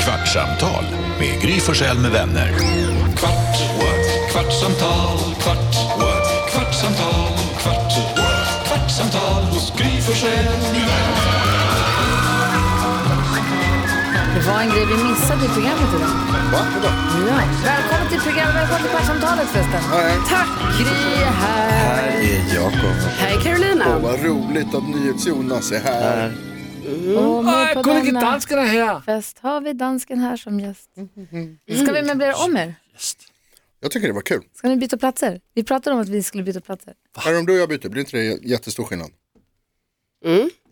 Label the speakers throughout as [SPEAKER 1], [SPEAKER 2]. [SPEAKER 1] Kvartsamtal med Gry Forssell med vänner. Kvart, what? kvartsamtal, kvart, what? kvartsamtal, kvart, what? kvartsamtal hos Gry Forssell med vänner.
[SPEAKER 2] Det var en grej vi missade i programmet idag. Ja. Välkommen till programmet, välkommen till Kvartsamtalet förresten. Tack! Gry är här.
[SPEAKER 3] Här är Jakob.
[SPEAKER 4] Hej Carolina!
[SPEAKER 3] Åh, vad roligt om NyhetsJonas är här.
[SPEAKER 2] Och med på
[SPEAKER 5] Kollegor
[SPEAKER 2] denna
[SPEAKER 5] danskarna är här!
[SPEAKER 2] fest har vi dansken här som gäst.
[SPEAKER 3] Mm-hmm.
[SPEAKER 2] Ska vi möblera om er?
[SPEAKER 3] Jag tycker det var kul.
[SPEAKER 2] Ska ni byta platser? Vi pratade om att vi skulle byta platser.
[SPEAKER 3] Här om du och jag byter, blir inte det jättestor skillnad?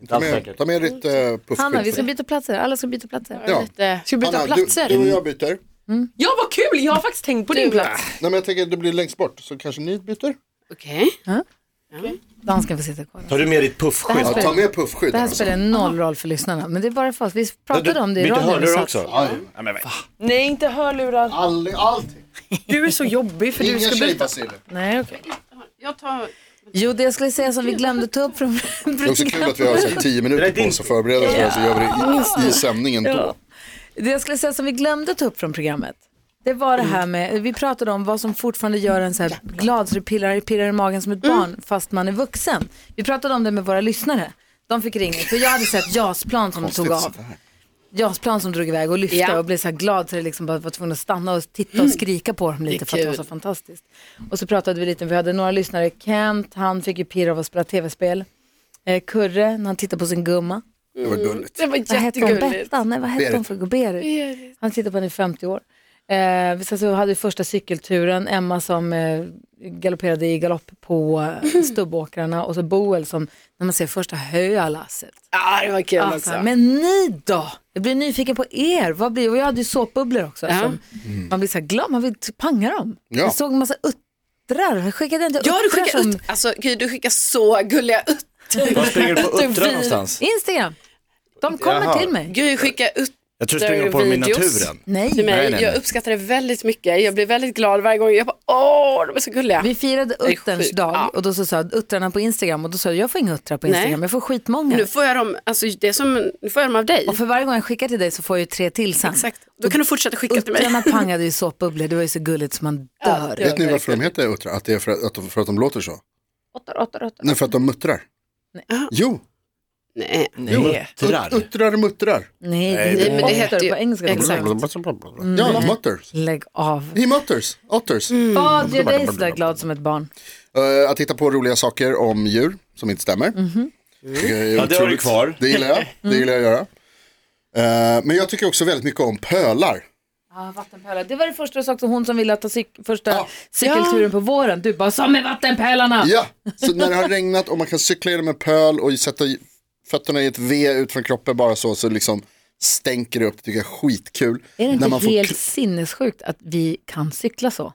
[SPEAKER 3] Ta med, ta med ditt uh,
[SPEAKER 2] Mm. Hanna, vi ska byta platser. Alla ska byta platser.
[SPEAKER 3] Ja.
[SPEAKER 4] Lite- Ska vi byta
[SPEAKER 3] Hanna,
[SPEAKER 4] platser?
[SPEAKER 3] Du, du och jag byter.
[SPEAKER 4] Ja, vad kul! Jag har faktiskt tänkt på din plats.
[SPEAKER 3] Nej men jag tänker det blir längst bort så kanske ni byter.
[SPEAKER 4] Okej.
[SPEAKER 2] Dansken får sitta kvar.
[SPEAKER 6] Tar du med ditt puffskydd?
[SPEAKER 3] Ja, ta med puffskydd.
[SPEAKER 2] Det här
[SPEAKER 3] Alltså.
[SPEAKER 2] spelar noll roll för lyssnarna, men det är bara för oss. Vi pratade om det i
[SPEAKER 6] Byter
[SPEAKER 2] radion. vi
[SPEAKER 6] hörlurar
[SPEAKER 2] satt-
[SPEAKER 6] också? Nej, men,
[SPEAKER 4] Nej, inte hörlurar.
[SPEAKER 3] All, allting.
[SPEAKER 4] Du är så jobbig för du
[SPEAKER 3] Inga
[SPEAKER 4] ska byta.
[SPEAKER 3] tjejbaciller.
[SPEAKER 2] Nej, okej.
[SPEAKER 4] Jag tar...
[SPEAKER 2] Jo, det jag skulle säga som vi glömde ta upp från
[SPEAKER 3] Det är också kul att vi har så här, tio minuter på oss att förbereda oss här, så gör vi det i, i sändningen då.
[SPEAKER 2] Det jag skulle säga som vi glömde ta upp från programmet, det var det här med, vi pratade om vad som fortfarande gör en så här glad så det pirrar, pirrar i magen som ett barn fast man är vuxen. Vi pratade om det med våra lyssnare. De fick ringa, för jag hade sett JAS-plan som tog av.
[SPEAKER 3] sådär.
[SPEAKER 2] JAS-plan som drog iväg och lyfte
[SPEAKER 4] Ja.
[SPEAKER 2] och blev så här glad så det liksom bara var tvungen att stanna och titta och skrika på dem lite för att det var
[SPEAKER 4] kul.
[SPEAKER 2] så fantastiskt. Och så pratade vi lite, vi hade några lyssnare, Kent, han fick ju pirr av att spela tv-spel. Eh, Kurre, när han tittade på sin gumma.
[SPEAKER 3] Det var gulligt.
[SPEAKER 4] Det var
[SPEAKER 2] Vad hette hon?
[SPEAKER 4] jättegulligt.
[SPEAKER 2] Bettan? Nej, vad hette hon
[SPEAKER 3] Berit.
[SPEAKER 2] för gubbe? Berit. Han sitter på henne i 50 år. Eh, sen så hade vi första cykelturen, Emma som eh, galopperade i galopp på eh, stubbåkrarna och så Boel som, när man ser första höalasset.
[SPEAKER 4] Ja, det var kul
[SPEAKER 2] Alltså,
[SPEAKER 4] också.
[SPEAKER 2] men ni då? Jag blir nyfiken på er. Vad blir, och jag hade ju såpbubblor också. Som,
[SPEAKER 6] Mm.
[SPEAKER 2] man blir så här glad, man vill t- panga dem.
[SPEAKER 3] Ja.
[SPEAKER 2] Jag såg en massa uttrar. Jag skickade inte
[SPEAKER 4] Ja, du
[SPEAKER 2] uttrar
[SPEAKER 4] skickar ut... Alltså, gud, du skickar så gulliga ut...
[SPEAKER 6] Var springer du på uttrar
[SPEAKER 4] vi-
[SPEAKER 6] någonstans?
[SPEAKER 2] Instagram. De kommer
[SPEAKER 6] Jaha.
[SPEAKER 2] till mig.
[SPEAKER 4] Gud, skicka ut...
[SPEAKER 6] Jag tror du springer på dem i
[SPEAKER 4] videos.
[SPEAKER 6] naturen.
[SPEAKER 2] Nej.
[SPEAKER 4] Till mig.
[SPEAKER 6] Nej, nej,
[SPEAKER 4] Jag
[SPEAKER 6] nej.
[SPEAKER 4] uppskattar det väldigt mycket. Jag blir väldigt glad varje gång. Jag bara, åh, de är så gulliga.
[SPEAKER 2] Vi firade
[SPEAKER 4] är
[SPEAKER 2] utterns
[SPEAKER 4] sjukt.
[SPEAKER 2] dag
[SPEAKER 4] Ja.
[SPEAKER 2] och då så sa jag uttrarna på Instagram och då sa jag jag får inga uttrar på
[SPEAKER 4] Nej.
[SPEAKER 2] Instagram, jag får skitmånga.
[SPEAKER 4] Nu får jag dem, alltså det är som, nu får jag dem av dig.
[SPEAKER 2] Och för varje gång jag skickar till dig så får jag ju tre till sen.
[SPEAKER 4] Exakt. Då kan du fortsätta skicka till mig.
[SPEAKER 2] Uttrarna pangade ju såpbubblor, det var ju så gulligt som man dör.
[SPEAKER 4] Ja,
[SPEAKER 3] Vet ni varför de heter uttra? Att det är för att, för att de låter så?
[SPEAKER 4] Åttor, åttor, åttor.
[SPEAKER 3] Nej, för att de muttrar. Jo,
[SPEAKER 4] Nej.
[SPEAKER 6] Nej.
[SPEAKER 3] ut- uttrar muttrar.
[SPEAKER 2] Nej, det
[SPEAKER 6] Nej, det-
[SPEAKER 2] är
[SPEAKER 4] men det hette
[SPEAKER 2] otter
[SPEAKER 4] ju-
[SPEAKER 2] på engelska.
[SPEAKER 4] exakt.
[SPEAKER 2] Mm.
[SPEAKER 3] Ja, mutters.
[SPEAKER 2] Lägg av.
[SPEAKER 3] He mutters, otters.
[SPEAKER 4] Mm.
[SPEAKER 2] Vad gör dig sådär glad som ett barn?
[SPEAKER 3] Eh, att hitta på roliga saker om djur som inte stämmer.
[SPEAKER 2] Mm-hmm.
[SPEAKER 3] Tycker jag är
[SPEAKER 6] Ja, det har du
[SPEAKER 3] otroligt.
[SPEAKER 6] kvar.
[SPEAKER 3] Det gillar jag, det gillar jag att göra.
[SPEAKER 2] Mm.
[SPEAKER 3] Eh, men jag tycker också väldigt mycket om pölar.
[SPEAKER 2] Ja, vattenpölar. Det var det första du sa också, hon som ville ta cyk- första cykelturen på våren. Du bara, som med vattenpölarna!
[SPEAKER 3] Ja, så när det har regnat och man kan cykla genom en pöl och sätta i- fötterna i ett V ut från kroppen bara så, så liksom stänker det upp. Det tycker jag är skitkul.
[SPEAKER 2] Är det inte
[SPEAKER 3] när man får
[SPEAKER 2] helt
[SPEAKER 3] kl-
[SPEAKER 2] sinnessjukt att vi kan cykla så?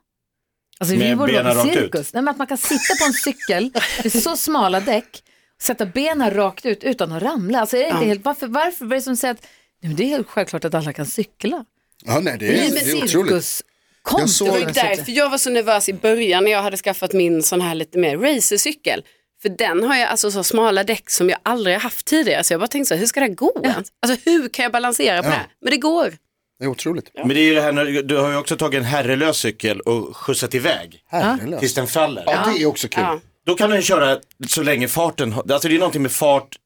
[SPEAKER 2] Alltså vi
[SPEAKER 6] Med
[SPEAKER 2] borde vara
[SPEAKER 6] benen
[SPEAKER 2] på
[SPEAKER 6] rakt ut?
[SPEAKER 2] cirkus. Nej, men att man kan sitta på en cykel med så smala däck, sätta benen rakt ut utan att ramla. Alltså är det inte helt, varför, varför vad är det som säger att nej, men det är helt självklart att alla kan cykla?
[SPEAKER 3] Ja, nej, det är,
[SPEAKER 2] I
[SPEAKER 3] det är otroligt.
[SPEAKER 2] cirkus.
[SPEAKER 3] Jag
[SPEAKER 2] Konst,
[SPEAKER 3] såg-
[SPEAKER 2] var
[SPEAKER 3] Det
[SPEAKER 4] Det var därför jag var så nervös i början när jag hade skaffat min sån här lite mer racercykel. För den har jag alltså så smala däck som jag aldrig har haft tidigare. Så jag bara tänkte så här, hur ska det här gå? ens? Alltså hur kan jag balansera på det här? Men det går.
[SPEAKER 3] Det är otroligt.
[SPEAKER 6] Men det är ju det här, när- du har ju också tagit en herrelös cykel och skjutsat iväg
[SPEAKER 3] Herrelöst.
[SPEAKER 6] tills den faller.
[SPEAKER 3] Ja, det är också kul.
[SPEAKER 4] Ja.
[SPEAKER 6] Då kan den köra så länge farten, har- alltså det är någonting med fart,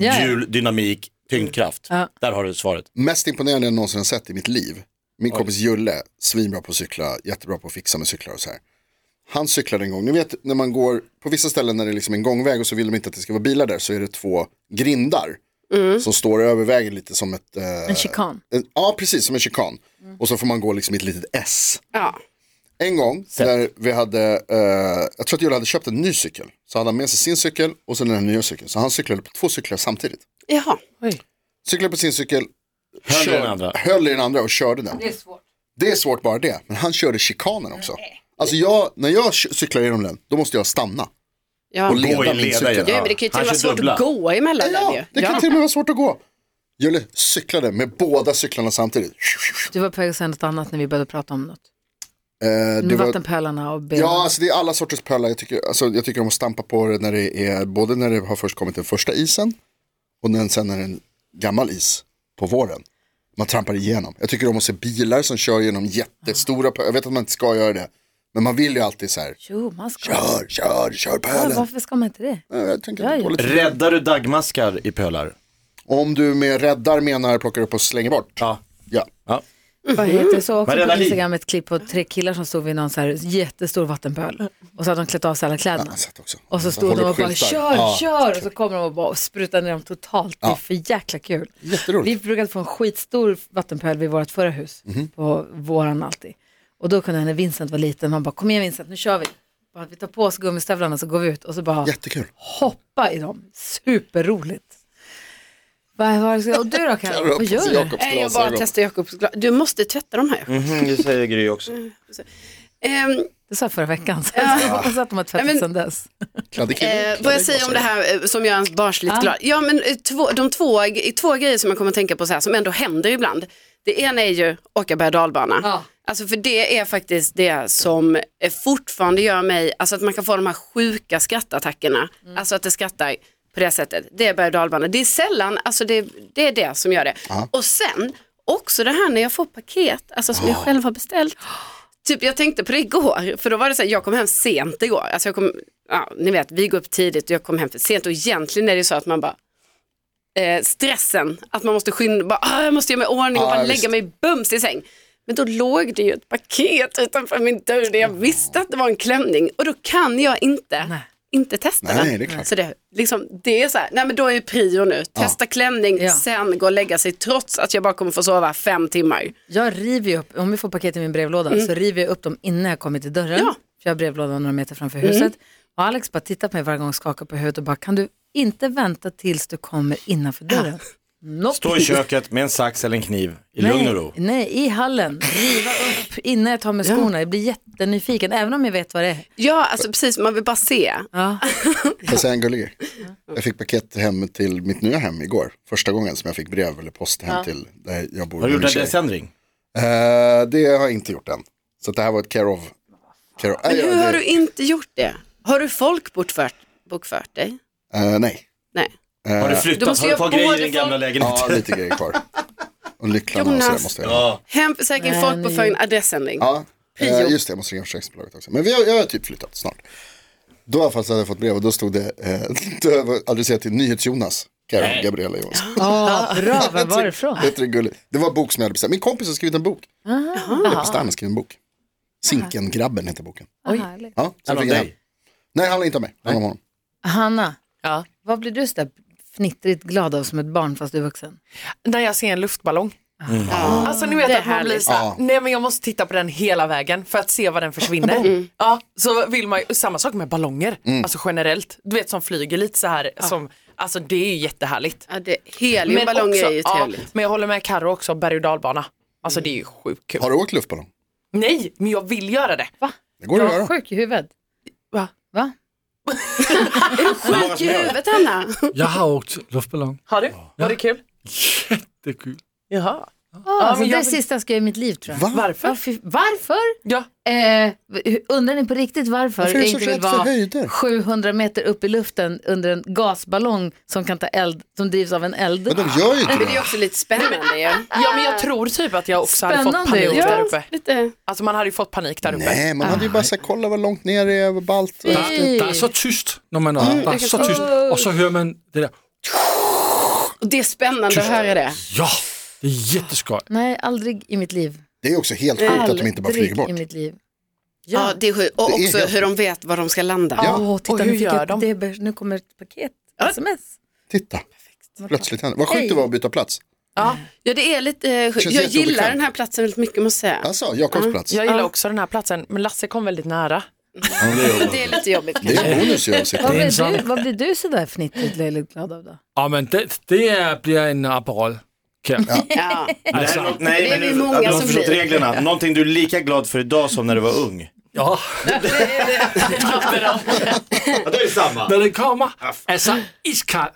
[SPEAKER 2] ja.
[SPEAKER 6] hjul, dynamik, tyngdkraft.
[SPEAKER 2] Ja.
[SPEAKER 6] Där har du svaret.
[SPEAKER 3] Mest imponerande jag någonsin har sett i mitt liv. Min kompis Julle, svinbra på att cykla, jättebra på att fixa med cyklar och så här. Han cyklade en gång, ni vet när man går, på vissa ställen när det är liksom en gångväg och så vill de inte att det ska vara bilar där så är det två grindar. Som står över vägen lite som ett... eh,
[SPEAKER 2] en chikan.
[SPEAKER 3] en- ja, precis, som en chikan. Och så får man gå liksom i ett litet S.
[SPEAKER 4] Ja.
[SPEAKER 3] En gång när vi hade, eh, jag tror att Julle hade köpt en ny cykel. Så hade han med sig sin cykel och sen den här nya cykeln. Så han cyklade på två cyklar samtidigt.
[SPEAKER 4] Jaha.
[SPEAKER 3] Cyklade på sin cykel,
[SPEAKER 6] Höll i
[SPEAKER 3] kör-
[SPEAKER 6] den andra.
[SPEAKER 3] höll i den andra och körde den.
[SPEAKER 2] Det är svårt.
[SPEAKER 3] Det är svårt bara det, men han körde chikanen också. Alltså jag, när jag cy- cyklar genom den, då måste jag stanna.
[SPEAKER 4] Ja.
[SPEAKER 3] Och leda
[SPEAKER 6] Gå i
[SPEAKER 3] min
[SPEAKER 6] leda
[SPEAKER 3] cykel.
[SPEAKER 6] igen.
[SPEAKER 4] ja, men det kan ju till
[SPEAKER 6] Han
[SPEAKER 4] och med
[SPEAKER 6] kör
[SPEAKER 4] vara svårt
[SPEAKER 6] dubbla.
[SPEAKER 4] att gå emellan den ju.
[SPEAKER 3] Ja, det kan till och med vara svårt att gå. Julle cyklade med båda cyklarna samtidigt.
[SPEAKER 2] Du var på väg att säga något annat när vi började prata om något.
[SPEAKER 3] Eh,
[SPEAKER 2] Nu
[SPEAKER 3] det var,
[SPEAKER 2] vattenpölarna och benen.
[SPEAKER 3] ja, alltså det är alla sorters pölar. Jag tycker, alltså, jag tycker om att stampa på det när det är, både när det har först kommit den första isen och när, sen när det är en gammal is på våren. Man trampar igenom. Jag tycker om att se bilar som kör genom jättestora pölar. Jag vet att man inte ska göra det. Men man vill ju alltid så här,
[SPEAKER 2] Jo, man ska.
[SPEAKER 3] kör, kör, kör
[SPEAKER 2] Ja,
[SPEAKER 3] pölen.
[SPEAKER 2] varför ska man inte det?
[SPEAKER 3] Nej, Jag tänker inte på lite.
[SPEAKER 6] Räddar du dagmaskar i pölar?
[SPEAKER 3] Om du med räddar menar plockar upp och slänger bort.
[SPEAKER 6] Ja.
[SPEAKER 3] Ja.
[SPEAKER 2] Vad heter det? Så också
[SPEAKER 6] Men
[SPEAKER 2] på
[SPEAKER 6] redan i-
[SPEAKER 2] Instagram ett klipp på tre killar som stod vid någon så här jättestor vattenpöl. Och så hade de klätt av sig alla kläderna.
[SPEAKER 3] jag satt också.
[SPEAKER 2] Och så
[SPEAKER 3] De
[SPEAKER 2] stod de
[SPEAKER 3] håller
[SPEAKER 2] och
[SPEAKER 3] upp
[SPEAKER 2] bara
[SPEAKER 3] skyltar.
[SPEAKER 2] kör,
[SPEAKER 3] Ja.
[SPEAKER 2] kör. Och så kommer de och bara sprutar ner dem totalt. Det är för jäkla kul.
[SPEAKER 3] Jätteroligt. Mhm.
[SPEAKER 2] Vi brukade få en skitstor vattenpöl vid vårt förra hus på våren alltid. Och då kunde när Vincent var liten, man bara kom igen Vincent, nu kör vi. Bara, vi tar på oss gummistövlarna så går vi ut och så bara
[SPEAKER 3] Jättekul.
[SPEAKER 2] hoppa i dem. Superroligt. Vad var det? Och du då
[SPEAKER 3] Jag
[SPEAKER 2] Karin,
[SPEAKER 3] rör
[SPEAKER 2] vad
[SPEAKER 3] på
[SPEAKER 2] gör
[SPEAKER 3] sig
[SPEAKER 2] du?
[SPEAKER 3] Jakobs
[SPEAKER 4] Nej, jag bara
[SPEAKER 3] glasögon.
[SPEAKER 4] testar Jakobs glas. Du måste tvätta de här.
[SPEAKER 6] Mm, det säger Gry också.
[SPEAKER 4] Ehm,
[SPEAKER 2] Det sa jag förra veckan, så jag hoppas att de har tvättat
[SPEAKER 4] Ja, men-
[SPEAKER 2] sedan dess.
[SPEAKER 3] Kladdig kille.
[SPEAKER 4] Eh, vad jag säger om det här eh, som gör ens barnsligt glad. Ja, men eh, två, de två, eh, två grejer som jag kommer att tänka på så här som ändå händer ibland. Det ena är ju åka berg och dalbana.
[SPEAKER 2] Ja.
[SPEAKER 4] Alltså för det är faktiskt det som eh, fortfarande gör mig, alltså att man kan få de här sjuka skrattattackerna. Alltså att det skrattar på det sättet. Det är berg och dalbana. Det är sällan, alltså det, det är det som gör det. Och sen också det här när jag får paket, alltså som jag själv har beställt. Typ jag tänkte på det igår, för då var det så här, jag kom hem sent igår. Alltså jag kom, ja, ni vet, vi går upp tidigt och jag kom hem för sent och egentligen är det så att man bara, eh, stressen, att man måste skynda, bara, ah, jag måste göra mig i ordning och
[SPEAKER 3] Ja,
[SPEAKER 4] bara
[SPEAKER 3] visst.
[SPEAKER 4] lägga mig bums i säng. Men då låg det ju ett paket utanför min dörr där jag
[SPEAKER 3] Mm.
[SPEAKER 4] visste att det var en klänning och då kan jag inte, inte testa
[SPEAKER 3] Nej,
[SPEAKER 4] den.
[SPEAKER 3] det är klart.
[SPEAKER 4] Så det, liksom, det är så här, nej men då är ju prio nu, testa klänning,
[SPEAKER 2] Ja.
[SPEAKER 4] sen gå och lägga sig trots att jag bara kommer få sova fem timmar.
[SPEAKER 2] Jag river ju upp, om vi får paket i min brevlåda, så river jag upp dem innan jag kommer till dörren.
[SPEAKER 4] Ja.
[SPEAKER 2] För jag har brevlådan några meter framför huset. Och Alex bara tittar på mig varje gång och skakar på huvudet och bara, kan du inte vänta tills du kommer innanför dörren? Nope.
[SPEAKER 6] Stå i köket med en sax eller en kniv i lugn och ro.
[SPEAKER 2] Nej, nej, i hallen, riva upp innan jag tar med skorna. Jag blir jättenyfiken, även om jag vet vad det är.
[SPEAKER 4] Ja, alltså precis, man vill bara se.
[SPEAKER 2] Ja.
[SPEAKER 3] Får jag säga en gullig grej? Jag fick paket hem till mitt nya hem igår. Första gången som jag fick brev eller post hem till där jag bor.
[SPEAKER 6] Har
[SPEAKER 3] med min
[SPEAKER 6] du gjort en
[SPEAKER 3] tjej.
[SPEAKER 6] adressändring?
[SPEAKER 3] Eh, det har jag inte gjort än. Så det här var ett care of. Care of.
[SPEAKER 4] Men
[SPEAKER 3] Nej,
[SPEAKER 4] hur
[SPEAKER 3] det-
[SPEAKER 4] har du inte gjort det? Har du folk bokfört, bokfört dig?
[SPEAKER 3] Eh, nej,
[SPEAKER 4] Nej.
[SPEAKER 6] Har du
[SPEAKER 4] Du
[SPEAKER 6] flyttat?
[SPEAKER 4] måste
[SPEAKER 6] Har du
[SPEAKER 4] göra
[SPEAKER 6] kvar grejer i
[SPEAKER 4] både
[SPEAKER 6] din gamla
[SPEAKER 4] folk-
[SPEAKER 6] lägenhet?
[SPEAKER 3] ja, lite grejer kvar. Och lycklarna och sådär
[SPEAKER 4] Jonas.
[SPEAKER 3] måste jag ha.
[SPEAKER 6] Ja.
[SPEAKER 4] Hemförsäkring,
[SPEAKER 2] Nej,
[SPEAKER 4] folkbokföring, adressändring.
[SPEAKER 3] Ja, eh,
[SPEAKER 4] Prio.
[SPEAKER 3] just det, jag måste ringa försäkringsbolaget också. Men vi har, jag har typ flyttat snart. Då i alla fall så hade jag fått brev och då stod det, eh, det var adresserat till NyhetsJonas, Karin Gabriella Johansson.
[SPEAKER 2] Ja, Typ. bra, var var det ifrån?
[SPEAKER 3] Jag tycker det är gulligt. Det var en bok som jag hade beställt. Min kompis har skrivit en bok. Jeppe Stein har skrivit en bok. Zinkengrabben heter boken.
[SPEAKER 2] Vad härligt.
[SPEAKER 3] Ja, så
[SPEAKER 6] Eller om
[SPEAKER 3] fick jag den.
[SPEAKER 6] dig.
[SPEAKER 3] Nej, han är inte med. Han har honom.
[SPEAKER 2] Hanna,
[SPEAKER 5] Ja.
[SPEAKER 2] vad blir du så där fnittrigt glad av som ett barn fast du är vuxen?
[SPEAKER 5] När jag ser en luftballong. Alltså ni vet
[SPEAKER 4] Det är
[SPEAKER 5] att man blir
[SPEAKER 4] härligt.
[SPEAKER 5] så här,
[SPEAKER 3] Mm. Ja.
[SPEAKER 5] nej men jag måste titta på den hela vägen för att se var den försvinner.
[SPEAKER 4] Mm.
[SPEAKER 5] Ja, så vill man ju, samma sak med ballonger,
[SPEAKER 3] Mm.
[SPEAKER 5] alltså generellt. Du vet som flyger lite så här, som, alltså det är ju jättehärligt.
[SPEAKER 4] Ja, det, heliumballonger är ju
[SPEAKER 5] ja,
[SPEAKER 4] trevligt.
[SPEAKER 5] men jag håller med Carro också, berg och dalbana. Alltså det är ju sjukt kul.
[SPEAKER 3] Har du åkt luftballong?
[SPEAKER 5] Nej, men jag vill göra det. Va?
[SPEAKER 3] Det går
[SPEAKER 2] Jag
[SPEAKER 3] att
[SPEAKER 2] är
[SPEAKER 3] göra.
[SPEAKER 2] sjuk i huvudet.
[SPEAKER 5] Va?
[SPEAKER 2] Va?
[SPEAKER 4] Sjuk i huvudet Hanna.
[SPEAKER 7] Jeg har åkt luftballon.
[SPEAKER 5] Har du? Var det kul?
[SPEAKER 7] Det er kul.
[SPEAKER 5] Jaha.
[SPEAKER 2] Ja, alltså,
[SPEAKER 5] men
[SPEAKER 2] det är
[SPEAKER 5] jag
[SPEAKER 2] det
[SPEAKER 5] vill-
[SPEAKER 2] sista jag ska göra i mitt liv tror jag.
[SPEAKER 3] Va?
[SPEAKER 5] Varför?
[SPEAKER 2] Ja, fy- varför?
[SPEAKER 5] Ja.
[SPEAKER 2] Eh, v- undrar ni på riktigt varför,
[SPEAKER 3] Varför är du
[SPEAKER 2] jag inte
[SPEAKER 3] så
[SPEAKER 2] vill
[SPEAKER 3] rädd för höjder?
[SPEAKER 2] vara 700 meter upp i luften under en gasballong som kan ta eld, som drivs av en eld?
[SPEAKER 3] Men de gör ju
[SPEAKER 4] Men
[SPEAKER 3] inte
[SPEAKER 4] det är ju
[SPEAKER 3] det.
[SPEAKER 4] också lite spännande ju.
[SPEAKER 5] ja, men jag tror typ att jag också hade fått
[SPEAKER 2] Spännande ju.
[SPEAKER 5] panik där uppe.
[SPEAKER 4] Lite.
[SPEAKER 5] Alltså man hade ju fått panik där uppe.
[SPEAKER 3] Nej, man hade ju bara sagt kolla vad långt ner det är, vad ballt.
[SPEAKER 7] Der, der er så tyst, når man er oppe. Der er så tyst. Og så hører man det der.
[SPEAKER 4] Och det är spännande att höra det.
[SPEAKER 7] Ja, det er jätteskøjt.
[SPEAKER 2] Nej, aldrig i mitt liv.
[SPEAKER 3] Det är också helt sjukt att de inte bara flyger
[SPEAKER 2] Aldrig
[SPEAKER 3] bort.
[SPEAKER 2] i mitt liv.
[SPEAKER 4] Ja, det är sjukt. Och
[SPEAKER 3] Det är
[SPEAKER 4] också
[SPEAKER 3] helt-
[SPEAKER 4] hur de vet var de ska landa.
[SPEAKER 3] Ja.
[SPEAKER 2] Åh, titta,
[SPEAKER 5] och hur
[SPEAKER 2] nu, fick
[SPEAKER 5] gör
[SPEAKER 2] jag,
[SPEAKER 5] de?
[SPEAKER 2] det, är- nu kommer ett paket, sms.
[SPEAKER 3] Titta, plötsligt händer Vad sjukt det var att byta plats.
[SPEAKER 5] Ja,
[SPEAKER 4] Ja, det är lite eh, sjukt.
[SPEAKER 3] Känns
[SPEAKER 4] Jag
[SPEAKER 3] jätteobekvämt.
[SPEAKER 4] gillar den här platsen väldigt mycket måste jag säga.
[SPEAKER 3] Alltså, Jakobs plats.
[SPEAKER 5] jag gillar också den här platsen, men Lasse kom väldigt nära.
[SPEAKER 4] Det är lite jobbigt.
[SPEAKER 3] Det är en bonus ju att
[SPEAKER 2] Vad
[SPEAKER 3] sitta i.
[SPEAKER 2] blir,
[SPEAKER 7] Ensam.
[SPEAKER 2] du, vad blir du sådär fnittrigt löjligt glad av då?
[SPEAKER 7] Og men det, det er, bliver en Aperol. Kær.
[SPEAKER 4] Ja.
[SPEAKER 7] Altså,
[SPEAKER 6] Nej, nej,
[SPEAKER 4] Alltså, Det är
[SPEAKER 6] men
[SPEAKER 4] vi
[SPEAKER 6] nu,
[SPEAKER 4] många
[SPEAKER 6] du har
[SPEAKER 4] som
[SPEAKER 6] förstått
[SPEAKER 4] blir.
[SPEAKER 6] reglerna. Någonting du är lika glad för idag som när du var ung.
[SPEAKER 7] ja,
[SPEAKER 6] Ja, det är samma.
[SPEAKER 7] når det kommer, altså iskald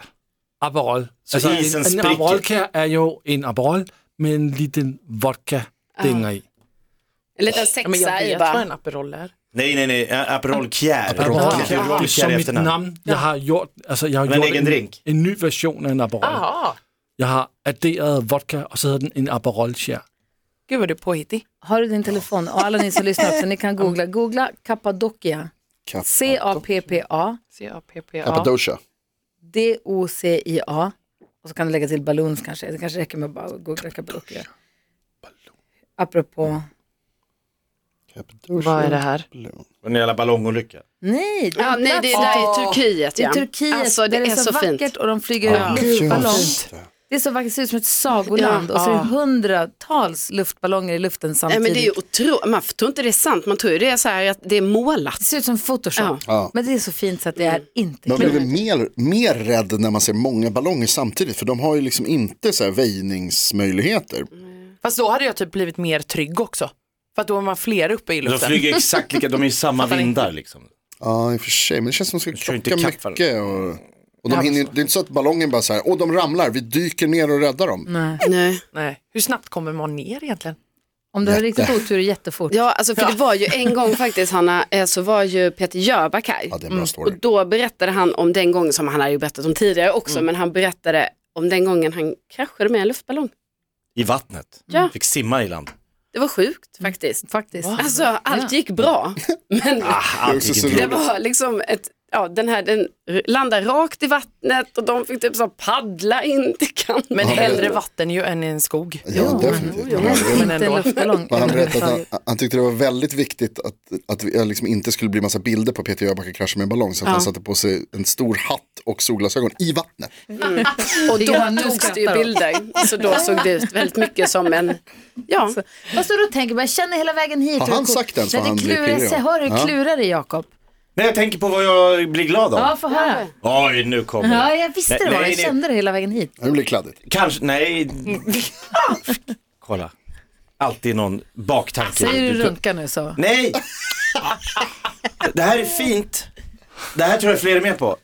[SPEAKER 7] Aperol. Altså,
[SPEAKER 6] isen
[SPEAKER 7] en, en
[SPEAKER 6] sprikker.
[SPEAKER 7] Aperolkær er jo en Aperol med en liten vodka dinger i.
[SPEAKER 4] En liten
[SPEAKER 5] Ja, men jag
[SPEAKER 4] sexa i
[SPEAKER 5] vet vad
[SPEAKER 4] bara.
[SPEAKER 5] en Aperol är.
[SPEAKER 6] Nej, nej, nej. Ä- Aperol Kjær.
[SPEAKER 7] Aperol
[SPEAKER 6] Kjær.
[SPEAKER 7] Kjær,
[SPEAKER 6] Aperol
[SPEAKER 7] som
[SPEAKER 6] Kjær i
[SPEAKER 7] mit
[SPEAKER 6] efternamn.
[SPEAKER 7] navn. Jeg har gjort, altså, jeg har
[SPEAKER 6] Men
[SPEAKER 7] gjort
[SPEAKER 6] ikke en
[SPEAKER 7] en,
[SPEAKER 6] drink.
[SPEAKER 5] Ah.
[SPEAKER 7] en ny version af en Aperol.
[SPEAKER 5] Jaha,
[SPEAKER 7] Jeg har adderet vodka, og så hedder den en Aperol Share.
[SPEAKER 6] Ah.
[SPEAKER 5] Gud vad du är påhittig.
[SPEAKER 2] Har du din telefon? Och alla ni som lyssnar också, ni kan googla. Googla Kappadokia.
[SPEAKER 3] Kappa-
[SPEAKER 2] C-A-P-P-A.
[SPEAKER 5] C-A-P-P-A.
[SPEAKER 3] Cappadocia.
[SPEAKER 2] D-O-C-I-A. Och så kan du lägga till Balloons kanske. Det kanske räcker med att bara googla Kappadokia. Apropå,
[SPEAKER 3] Cappadocia.
[SPEAKER 5] Vad är det här?
[SPEAKER 6] En jävla ballongolycka.
[SPEAKER 2] nej, det är
[SPEAKER 4] Ja,
[SPEAKER 2] en
[SPEAKER 4] nej, det är
[SPEAKER 2] plats
[SPEAKER 4] där i Turkiet.
[SPEAKER 2] i
[SPEAKER 4] Ja.
[SPEAKER 2] Turkiet
[SPEAKER 4] alltså, det,
[SPEAKER 2] där
[SPEAKER 4] är, så,
[SPEAKER 2] vackert
[SPEAKER 4] fint.
[SPEAKER 2] och de flyger ut luftballong.
[SPEAKER 3] Just det.
[SPEAKER 2] Det är så vackert, det ser ut som ett sagoland och så är det hundratals luftballonger i luften
[SPEAKER 4] Nej,
[SPEAKER 2] samtidigt.
[SPEAKER 4] men det är ju otro... Man tror inte det är sant, man tror ju det är så här att det är målat.
[SPEAKER 2] Det ser ut som Photoshop.
[SPEAKER 3] Ja.
[SPEAKER 2] Men det är så fint så att det är
[SPEAKER 4] Mm.
[SPEAKER 2] inte
[SPEAKER 3] Man
[SPEAKER 2] klokt.
[SPEAKER 3] blir väl mer, mer rädd när man ser många ballonger samtidigt för de har ju liksom inte så här väjningsmöjligheter.
[SPEAKER 5] Fast då hade jag typ blivit mer trygg också. För att då var man fler uppe i
[SPEAKER 6] De
[SPEAKER 5] luften.
[SPEAKER 6] flyger exakt lika, de är i samma
[SPEAKER 5] Fattar ni?
[SPEAKER 6] vindar liksom.
[SPEAKER 3] Ja, i och för sig, men det känns som de
[SPEAKER 6] kör
[SPEAKER 3] ska
[SPEAKER 6] inte
[SPEAKER 3] krocka
[SPEAKER 6] kapp, va?
[SPEAKER 3] mycket. Och, och de hinner, ju- det är inte så att ballongen bara så här, åh de ramlar, vi dyker ner och räddar dem.
[SPEAKER 4] Nej.
[SPEAKER 5] Nej. Hur snabbt kommer man ner egentligen?
[SPEAKER 2] Om du har riktigt otur jättefort.
[SPEAKER 4] Ja, alltså, för det var ju en gång faktiskt, Hanna, eh, så var ju Peter Jöback här. Mm.
[SPEAKER 3] Ja, det är en bra story.
[SPEAKER 4] Och då berättade han om den gången, som han hade ju berättat om tidigare också,
[SPEAKER 3] Mm.
[SPEAKER 4] men han berättade om den gången han kraschade med en luftballong.
[SPEAKER 6] I vattnet.
[SPEAKER 4] Ja.
[SPEAKER 6] Fick simma i land.
[SPEAKER 4] Det var sjukt faktiskt.
[SPEAKER 2] Faktiskt.
[SPEAKER 4] Alltså, allt gick bra, men
[SPEAKER 6] Ah,
[SPEAKER 3] också så
[SPEAKER 4] det
[SPEAKER 6] det
[SPEAKER 4] var liksom ett Ja, den här den r- landade rakt i vattnet och de fick typ så här paddla in till kanten.
[SPEAKER 5] Men hellre vatten ju än i en skog.
[SPEAKER 3] Ja, definitivt.
[SPEAKER 2] Jo,
[SPEAKER 3] Ja, det-
[SPEAKER 2] inte en
[SPEAKER 5] ändå.
[SPEAKER 2] luftballong.
[SPEAKER 3] Men han berättade
[SPEAKER 2] överhuvudtaget.
[SPEAKER 3] att han, han tyckte det var väldigt viktigt att, att jag liksom inte skulle bli massa bilder på Peter Jöback i kraschen med en ballong. Så att han satte på sig en stor hatt och solglasögon i vattnet.
[SPEAKER 4] Och
[SPEAKER 2] Det
[SPEAKER 4] då
[SPEAKER 2] gör han nu
[SPEAKER 4] togs det ju
[SPEAKER 2] skrattar de.
[SPEAKER 4] bilder. Så då såg det ut väldigt mycket som en, ja,
[SPEAKER 2] Vad står du och tänker? på? Jag känner hela vägen hit.
[SPEAKER 3] Har han sagt den så
[SPEAKER 2] Nej,
[SPEAKER 3] han
[SPEAKER 2] det
[SPEAKER 3] blir
[SPEAKER 2] klurar
[SPEAKER 3] pirrig
[SPEAKER 2] sig.
[SPEAKER 3] av?
[SPEAKER 2] Hör hur
[SPEAKER 3] Ja.
[SPEAKER 2] klurar det Jakob?
[SPEAKER 6] Nej, jag tänker på vad jag blir glad av.
[SPEAKER 2] Ja, få höra.
[SPEAKER 6] Oj, nu kommer det.
[SPEAKER 2] Ja, jag visste
[SPEAKER 6] Nej,
[SPEAKER 2] det var det.
[SPEAKER 6] nej,
[SPEAKER 2] Jag
[SPEAKER 6] nej.
[SPEAKER 2] kände det hela vägen hit.
[SPEAKER 3] Det blir kladdigt.
[SPEAKER 6] Kanske, nej. Kolla. Alltid någon baktanke.
[SPEAKER 2] Säger du
[SPEAKER 6] Dyker upp.
[SPEAKER 2] runka nu så?
[SPEAKER 6] Nej! Det här är fint. Det här tror jag fler är med på.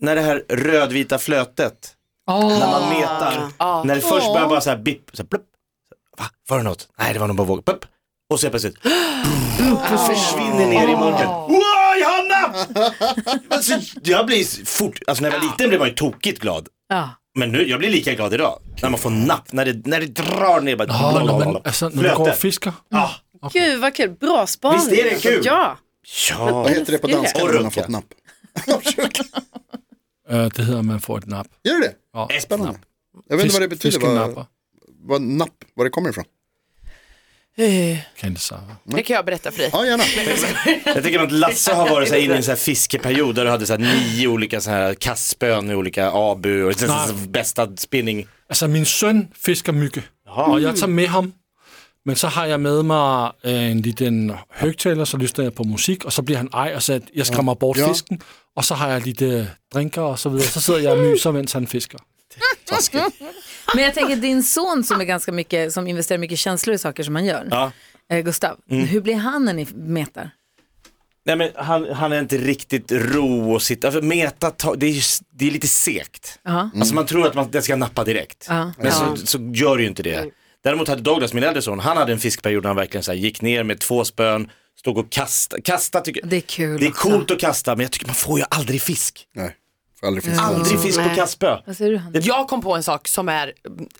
[SPEAKER 6] När det här rödvita flötet, när
[SPEAKER 7] Ah.
[SPEAKER 6] man metar, när det först börjar bara så här bipp, så här plupp. Va, var det något? Nej, det var nog bara vågor. Plupp. Och så helt plötsligt oh. försvinner ner i mörkret.
[SPEAKER 7] Ah.
[SPEAKER 6] Wow, Johanna! Alltså, jag blir fort, alltså när jag var liten blev man ju tokigt glad.
[SPEAKER 2] Ja.
[SPEAKER 6] Men nu, jag blir lika glad idag. När man får napp, när det, när det drar ner bara.
[SPEAKER 7] Ja, når man, alltså, altså, når man går og fisker.
[SPEAKER 6] Ja.
[SPEAKER 4] Gud vad kul, bra spaning.
[SPEAKER 6] Visst är det kul?
[SPEAKER 4] Ja,
[SPEAKER 6] ja.
[SPEAKER 3] Vad heter det på danska när man har
[SPEAKER 6] Orka.
[SPEAKER 3] fått napp?
[SPEAKER 7] Øh, det hedder, at man får et nap.
[SPEAKER 3] Gör det?
[SPEAKER 7] Ja.
[SPEAKER 3] Spännande. Jag vet inte vad det betyder,
[SPEAKER 7] fiskenapper.
[SPEAKER 3] vad, vad napp, var det kommer ifrån.
[SPEAKER 7] Kan det så være.
[SPEAKER 5] Eh, Det kan jag berätta för dig.
[SPEAKER 3] Ja, gärna.
[SPEAKER 6] Jag tänker mig att Lasse har varit så här inne i en så här fiskeperiod där du hade så här nio olika så här kastspön i olika abu och så här, så här, bästa spinning.
[SPEAKER 7] Altså, min søn fisker mygge, og jeg tager med ham. Men så har jeg med mig øh, en liten højtaler, så lytter jeg på musik, og så bliver han ej og så at jeg skræmmer bort
[SPEAKER 3] Ja.
[SPEAKER 7] fisken. Og så har jeg lidt øh, drinker og så videre. Så sidder jeg og myser, mens han fisker.
[SPEAKER 3] Taskigt.
[SPEAKER 2] Men jag tänker din son som är ganska mycket, som investerar mycket känslor i saker som han gör.
[SPEAKER 6] Ja. Mm.
[SPEAKER 2] Eh, Gustav, hur blir han när ni metar?
[SPEAKER 6] Nej men han, han är inte riktigt ro och sitta, alltså, meta, ta, det, är, ju- det är lite segt.
[SPEAKER 2] Ja. Mm.
[SPEAKER 6] Alltså man tror att man det ska nappa direkt.
[SPEAKER 2] Ja. Mm.
[SPEAKER 6] Men så, så gör det ju inte det. Däremot hade Douglas, min äldre son, han hade en fiskperiod när han verkligen så här, gick ner med två spön, stod och kastade. Kasta tycker
[SPEAKER 2] Det är kul
[SPEAKER 6] Det är
[SPEAKER 2] också.
[SPEAKER 6] coolt att kasta men jag tycker man får ju aldrig fisk.
[SPEAKER 3] Nej, får aldrig Alltså. finns
[SPEAKER 2] Mm.
[SPEAKER 6] Aldrig fisk på
[SPEAKER 4] Nej.
[SPEAKER 6] kastspö.
[SPEAKER 2] Vad säger du han?
[SPEAKER 5] Jag kom på en sak som är,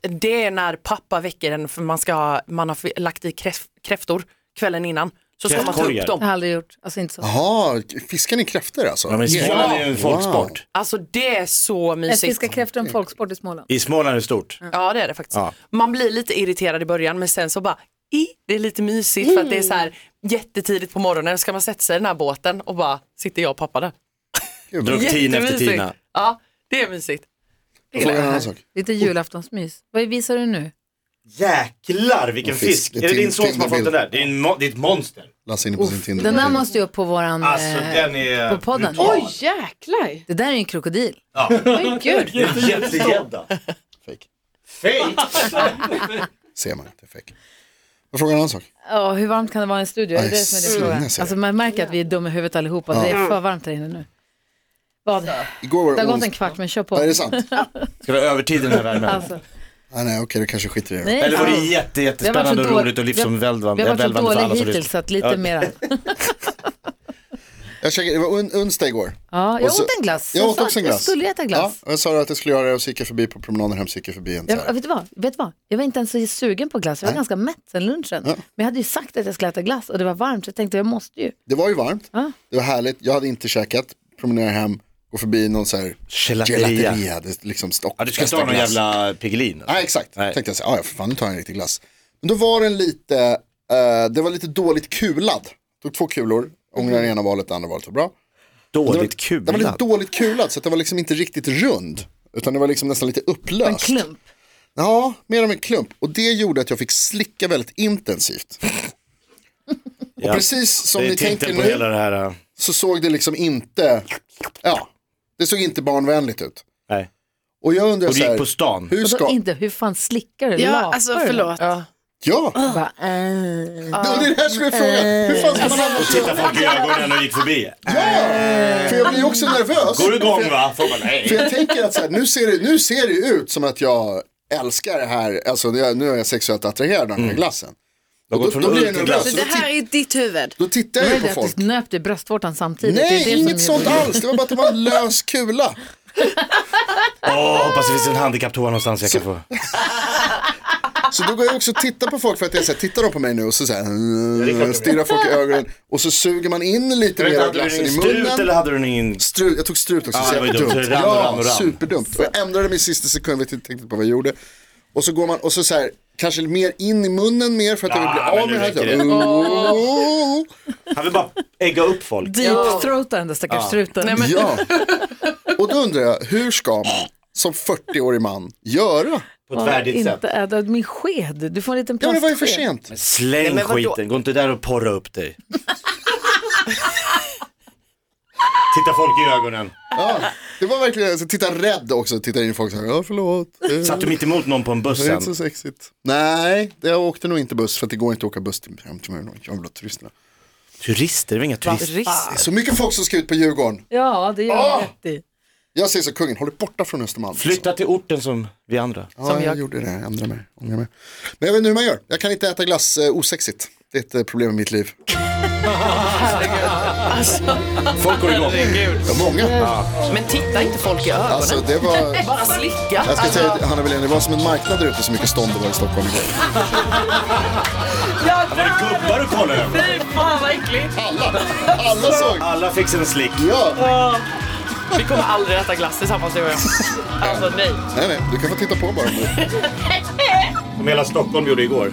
[SPEAKER 5] det är när pappa väcker en för man, ska, ha- man har f- lagt i kräf, kräftor kvällen innan. Så ska man ta
[SPEAKER 6] Kräftkorgar.
[SPEAKER 5] upp
[SPEAKER 2] Jag
[SPEAKER 5] dem.
[SPEAKER 2] har aldrig gjort, alltså inte så.
[SPEAKER 3] Jaha, fiskar ni kräftor alltså?
[SPEAKER 6] Ja, men Småland är ju en folksport.
[SPEAKER 3] Wow.
[SPEAKER 5] Alltså det är så
[SPEAKER 2] Att
[SPEAKER 5] mysigt.
[SPEAKER 2] fiska kräftor är en folksport i Småland.
[SPEAKER 6] I Småland är det stort.
[SPEAKER 5] Ja det är det faktiskt.
[SPEAKER 6] Ja.
[SPEAKER 5] Man blir lite irriterad i början men sen så bara i, det är lite mysigt för att det är så här jättetidigt på morgonen ska man sätta sig i den här båten och bara sitter jag och pappa där.
[SPEAKER 3] Gud,
[SPEAKER 6] Drog tin efter
[SPEAKER 5] Jättemysigt.
[SPEAKER 6] tina.
[SPEAKER 5] Ja det är mysigt.
[SPEAKER 3] jag frågar en annan sak.
[SPEAKER 2] Lite julaftonsmys. Vad visar du nu?
[SPEAKER 6] Jäklar vilken
[SPEAKER 3] Och
[SPEAKER 6] fisk!
[SPEAKER 3] fisk.
[SPEAKER 6] Är det
[SPEAKER 3] Tin-
[SPEAKER 6] din son som har fått
[SPEAKER 3] Tinderbild.
[SPEAKER 6] den där? Det är, en mo- det är ett monster.
[SPEAKER 2] Eh,
[SPEAKER 3] Lasse inne på sin Tinder.
[SPEAKER 2] Den där måste ju upp på våran,
[SPEAKER 6] Alltså
[SPEAKER 2] eh,
[SPEAKER 6] den är...
[SPEAKER 2] på podden.
[SPEAKER 6] brutal.
[SPEAKER 4] oj jäklar.
[SPEAKER 2] Det där är ju en krokodil.
[SPEAKER 4] Oj, gud.
[SPEAKER 6] Det är en jättegädda.
[SPEAKER 3] Fake.
[SPEAKER 6] Fake!
[SPEAKER 3] Ser man inte, fake. Jag frågar en annan sak.
[SPEAKER 2] Ja, hur varmt kan det vara i en studio? Är det
[SPEAKER 3] Aj,
[SPEAKER 2] det som är din fråga?
[SPEAKER 3] sinnes är det.
[SPEAKER 2] Alltså man märker att vi är dumma i huvudet allihopa. Det är för varmt här inne nu. Vad? Det
[SPEAKER 3] Igår var
[SPEAKER 2] har
[SPEAKER 3] det
[SPEAKER 2] gått en
[SPEAKER 3] onsdag.
[SPEAKER 2] kvart men kör på.
[SPEAKER 3] Ja, är det sant?
[SPEAKER 6] Ska vi ha övertid i den här värmen?
[SPEAKER 2] Alltså,
[SPEAKER 3] Ah, nej, okej, det kanske skiter i det.
[SPEAKER 2] nej,
[SPEAKER 6] Eller var det
[SPEAKER 2] alltså,
[SPEAKER 6] jätte,
[SPEAKER 2] vi har varit så
[SPEAKER 6] jättespännande och
[SPEAKER 2] dåliga-
[SPEAKER 6] roligt och
[SPEAKER 2] vi har-
[SPEAKER 6] livsomvälvande
[SPEAKER 2] Vi har varit så
[SPEAKER 6] välvande för alla
[SPEAKER 2] dåliga
[SPEAKER 6] som
[SPEAKER 2] hittills
[SPEAKER 6] lyssnar?
[SPEAKER 2] så att lite
[SPEAKER 6] Ja.
[SPEAKER 2] mera.
[SPEAKER 3] Jag käkade, det var un, onsdag igår.
[SPEAKER 2] Ja, jag
[SPEAKER 3] Och så-
[SPEAKER 2] åt en glass.
[SPEAKER 3] Jag åt
[SPEAKER 2] sa-
[SPEAKER 3] också en glass.
[SPEAKER 2] Jag skulle äta glass.
[SPEAKER 3] Ja, och jag sa att jag skulle göra det och så gick jag förbi på promenaden hem, så gick jag förbi en så
[SPEAKER 2] Jag,
[SPEAKER 3] här.
[SPEAKER 2] vet, du vad? vet du vad? Jag var inte ens så sugen på glass, jag var ganska mätt sen lunchen. Men jag hade ju sagt att jag skulle äta glass och det var varmt så jag tänkte jag måste ju.
[SPEAKER 3] Det var ju varmt,
[SPEAKER 2] Ja.
[SPEAKER 3] det var härligt, jag hade inte käkat, promenerar hem, går förbi någon så här
[SPEAKER 6] Gelateria.
[SPEAKER 3] gelateria, det är liksom stock,
[SPEAKER 6] Ja, du ska inte ha någon
[SPEAKER 3] glass.
[SPEAKER 6] jävla Piggelin.
[SPEAKER 3] Nej exakt,
[SPEAKER 6] Nej.
[SPEAKER 3] tänkte jag så här, "Ah, ja för fan nu tar jag en riktig glass. Men då var den lite, eh, det var lite dåligt kulad, tog två kulor, ångrar det ena valet, det andra valet var bra.
[SPEAKER 6] Mm. Dåligt
[SPEAKER 3] Den var lite
[SPEAKER 6] kulad.
[SPEAKER 3] dåligt kulad så att den var liksom inte riktigt rund, utan den var liksom nästan lite
[SPEAKER 2] En
[SPEAKER 3] upplöst.
[SPEAKER 2] klump.
[SPEAKER 3] Ja, mer om en klump. Och det gjorde att jag fick slicka väldigt intensivt.
[SPEAKER 6] Ja.
[SPEAKER 3] Precis som
[SPEAKER 6] det är
[SPEAKER 3] ni
[SPEAKER 6] titeln
[SPEAKER 3] tänker
[SPEAKER 6] på
[SPEAKER 3] nu
[SPEAKER 6] hela det här. äh,
[SPEAKER 3] så såg det liksom inte, ja, det såg inte barnvänligt ut.
[SPEAKER 6] Nej.
[SPEAKER 3] Och jag undrar
[SPEAKER 6] Och
[SPEAKER 3] så
[SPEAKER 6] du gick
[SPEAKER 3] här,
[SPEAKER 6] på Alltså stan.
[SPEAKER 3] hur
[SPEAKER 2] Och då
[SPEAKER 3] ska,
[SPEAKER 2] inte, hur fan slickar du?
[SPEAKER 4] Ja,
[SPEAKER 2] Lapar
[SPEAKER 4] alltså
[SPEAKER 2] du?
[SPEAKER 4] förlåt.
[SPEAKER 6] Ah.
[SPEAKER 3] ja,
[SPEAKER 2] Bara, äh.
[SPEAKER 3] det- och det är det här som är frågan. Hur fan ska man annars
[SPEAKER 6] Titta folk i ögonen och gick förbi.
[SPEAKER 3] göra? För jag blir ju också nervös.
[SPEAKER 6] Går du igång va? Folk bara,
[SPEAKER 3] För
[SPEAKER 6] nej.
[SPEAKER 3] jag tänker att så här, nu, ser det, nu ser det ju ut som att jag älskar det här, alltså det- nu är jag sexuellt attraherad av den
[SPEAKER 6] Mm.
[SPEAKER 3] här glassen.
[SPEAKER 6] har
[SPEAKER 3] Och
[SPEAKER 6] gått
[SPEAKER 3] då,
[SPEAKER 6] från
[SPEAKER 3] då blir jag
[SPEAKER 6] ull till
[SPEAKER 3] nervös,
[SPEAKER 6] glass.
[SPEAKER 4] Så
[SPEAKER 3] och
[SPEAKER 4] det
[SPEAKER 3] då,
[SPEAKER 4] här
[SPEAKER 3] ti-
[SPEAKER 4] är ditt huvud.
[SPEAKER 3] då tittar
[SPEAKER 2] Det
[SPEAKER 3] jag
[SPEAKER 2] var
[SPEAKER 3] ju
[SPEAKER 2] det
[SPEAKER 3] på
[SPEAKER 2] att
[SPEAKER 3] folk.
[SPEAKER 2] du nöp dig i bröstvårtan samtidigt.
[SPEAKER 3] Nej,
[SPEAKER 2] det är det som
[SPEAKER 3] inget sånt alls. Det var bara att det var en lös kula.
[SPEAKER 6] Åh, hoppas det finns en handikapptoa någonstans jag kan få.
[SPEAKER 3] Så då går jag också och tittar på folk för att jag säger, tittar de på mig nu och så, så här, stirrar folk i ögonen och så suger man in lite mer av
[SPEAKER 6] Hade du
[SPEAKER 3] glassen
[SPEAKER 6] ingen
[SPEAKER 3] i
[SPEAKER 6] strut eller
[SPEAKER 3] munnen.
[SPEAKER 6] hade du ingen...
[SPEAKER 3] Strut, jag tog strut också,
[SPEAKER 6] Ja,
[SPEAKER 3] så
[SPEAKER 6] det var ju
[SPEAKER 3] jävla
[SPEAKER 6] dumt.
[SPEAKER 3] dumt.
[SPEAKER 6] Det rann och rann och rann.
[SPEAKER 3] superdumt. Och jag ändrade mig i sista sekund, vet inte tänkte på vad jag gjorde. Och så går man, och så, så här, kanske mer in i munnen mer för att jag vill
[SPEAKER 6] Ja,
[SPEAKER 3] bli av med
[SPEAKER 6] men nu
[SPEAKER 3] det
[SPEAKER 6] räcker
[SPEAKER 3] här. Oh!
[SPEAKER 6] det.
[SPEAKER 3] Åh.
[SPEAKER 6] Han vill bara ägga upp folk.
[SPEAKER 2] Deep-throatar den där stackars struten.
[SPEAKER 5] Nej, men,
[SPEAKER 3] Ja. Och då undrar jag, hur ska man som 40-årig man göra?
[SPEAKER 6] På ett värdigt sätt.
[SPEAKER 2] inte äta min sked. Du får en liten
[SPEAKER 3] Ja, men det
[SPEAKER 2] plastsked.
[SPEAKER 3] var ju för sent.
[SPEAKER 6] Släng
[SPEAKER 5] Nej, men vadå?
[SPEAKER 6] skiten, gå inte där och porra upp dig. Titta folk i ögonen.
[SPEAKER 3] Ja, det var verkligen, alltså, titta rädd också, titta in i folk så här, ja förlåt. Eh,
[SPEAKER 6] Satt du mitt emot någon på en buss
[SPEAKER 3] Det är
[SPEAKER 6] sen?
[SPEAKER 3] inte så sexigt. Nej, jag åkte nog inte buss för att det går inte att åka buss till hem till mig, de jävla turisterna.
[SPEAKER 6] Turister, det var inga turister.
[SPEAKER 3] Det är så mycket folk som ska ut på Djurgården.
[SPEAKER 2] Ja, det gör
[SPEAKER 3] Ah!
[SPEAKER 2] du rätt i.
[SPEAKER 3] Jag säger så, kungen, håll dig borta från Östermalm.
[SPEAKER 6] Flytta till orten som vi andra.
[SPEAKER 3] ja, jag, gjorde det, jag ändrar mig, ångrar mig. Men jag vet inte hur man gör, jag kan inte äta glass eh, osexigt. Det är ett eh, problem i mitt liv.
[SPEAKER 6] Folk går igång.
[SPEAKER 3] Alltså. Ja, många.
[SPEAKER 5] men titta inte folk i ögonen.
[SPEAKER 3] Alltså det var...
[SPEAKER 5] Bara slicka.
[SPEAKER 3] Jag ska säga att Hanna Wilén, det var som en marknad där ute så mycket stånd det var i Stockholm igår.
[SPEAKER 6] Var det gubbar du kollade över?
[SPEAKER 3] Alla, alla såg.
[SPEAKER 6] Alla fick sig en slick.
[SPEAKER 3] Ja,
[SPEAKER 5] Vi kommer aldrig äta glass tillsammans du och jag. Alltså nej.
[SPEAKER 3] nej nej, du kan få titta på bara. om du-
[SPEAKER 6] Som hela Stockholm gjorde igår.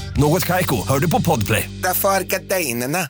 [SPEAKER 8] Något Kaiko, hör du på Podplay.
[SPEAKER 9] Därför arkadeinerna.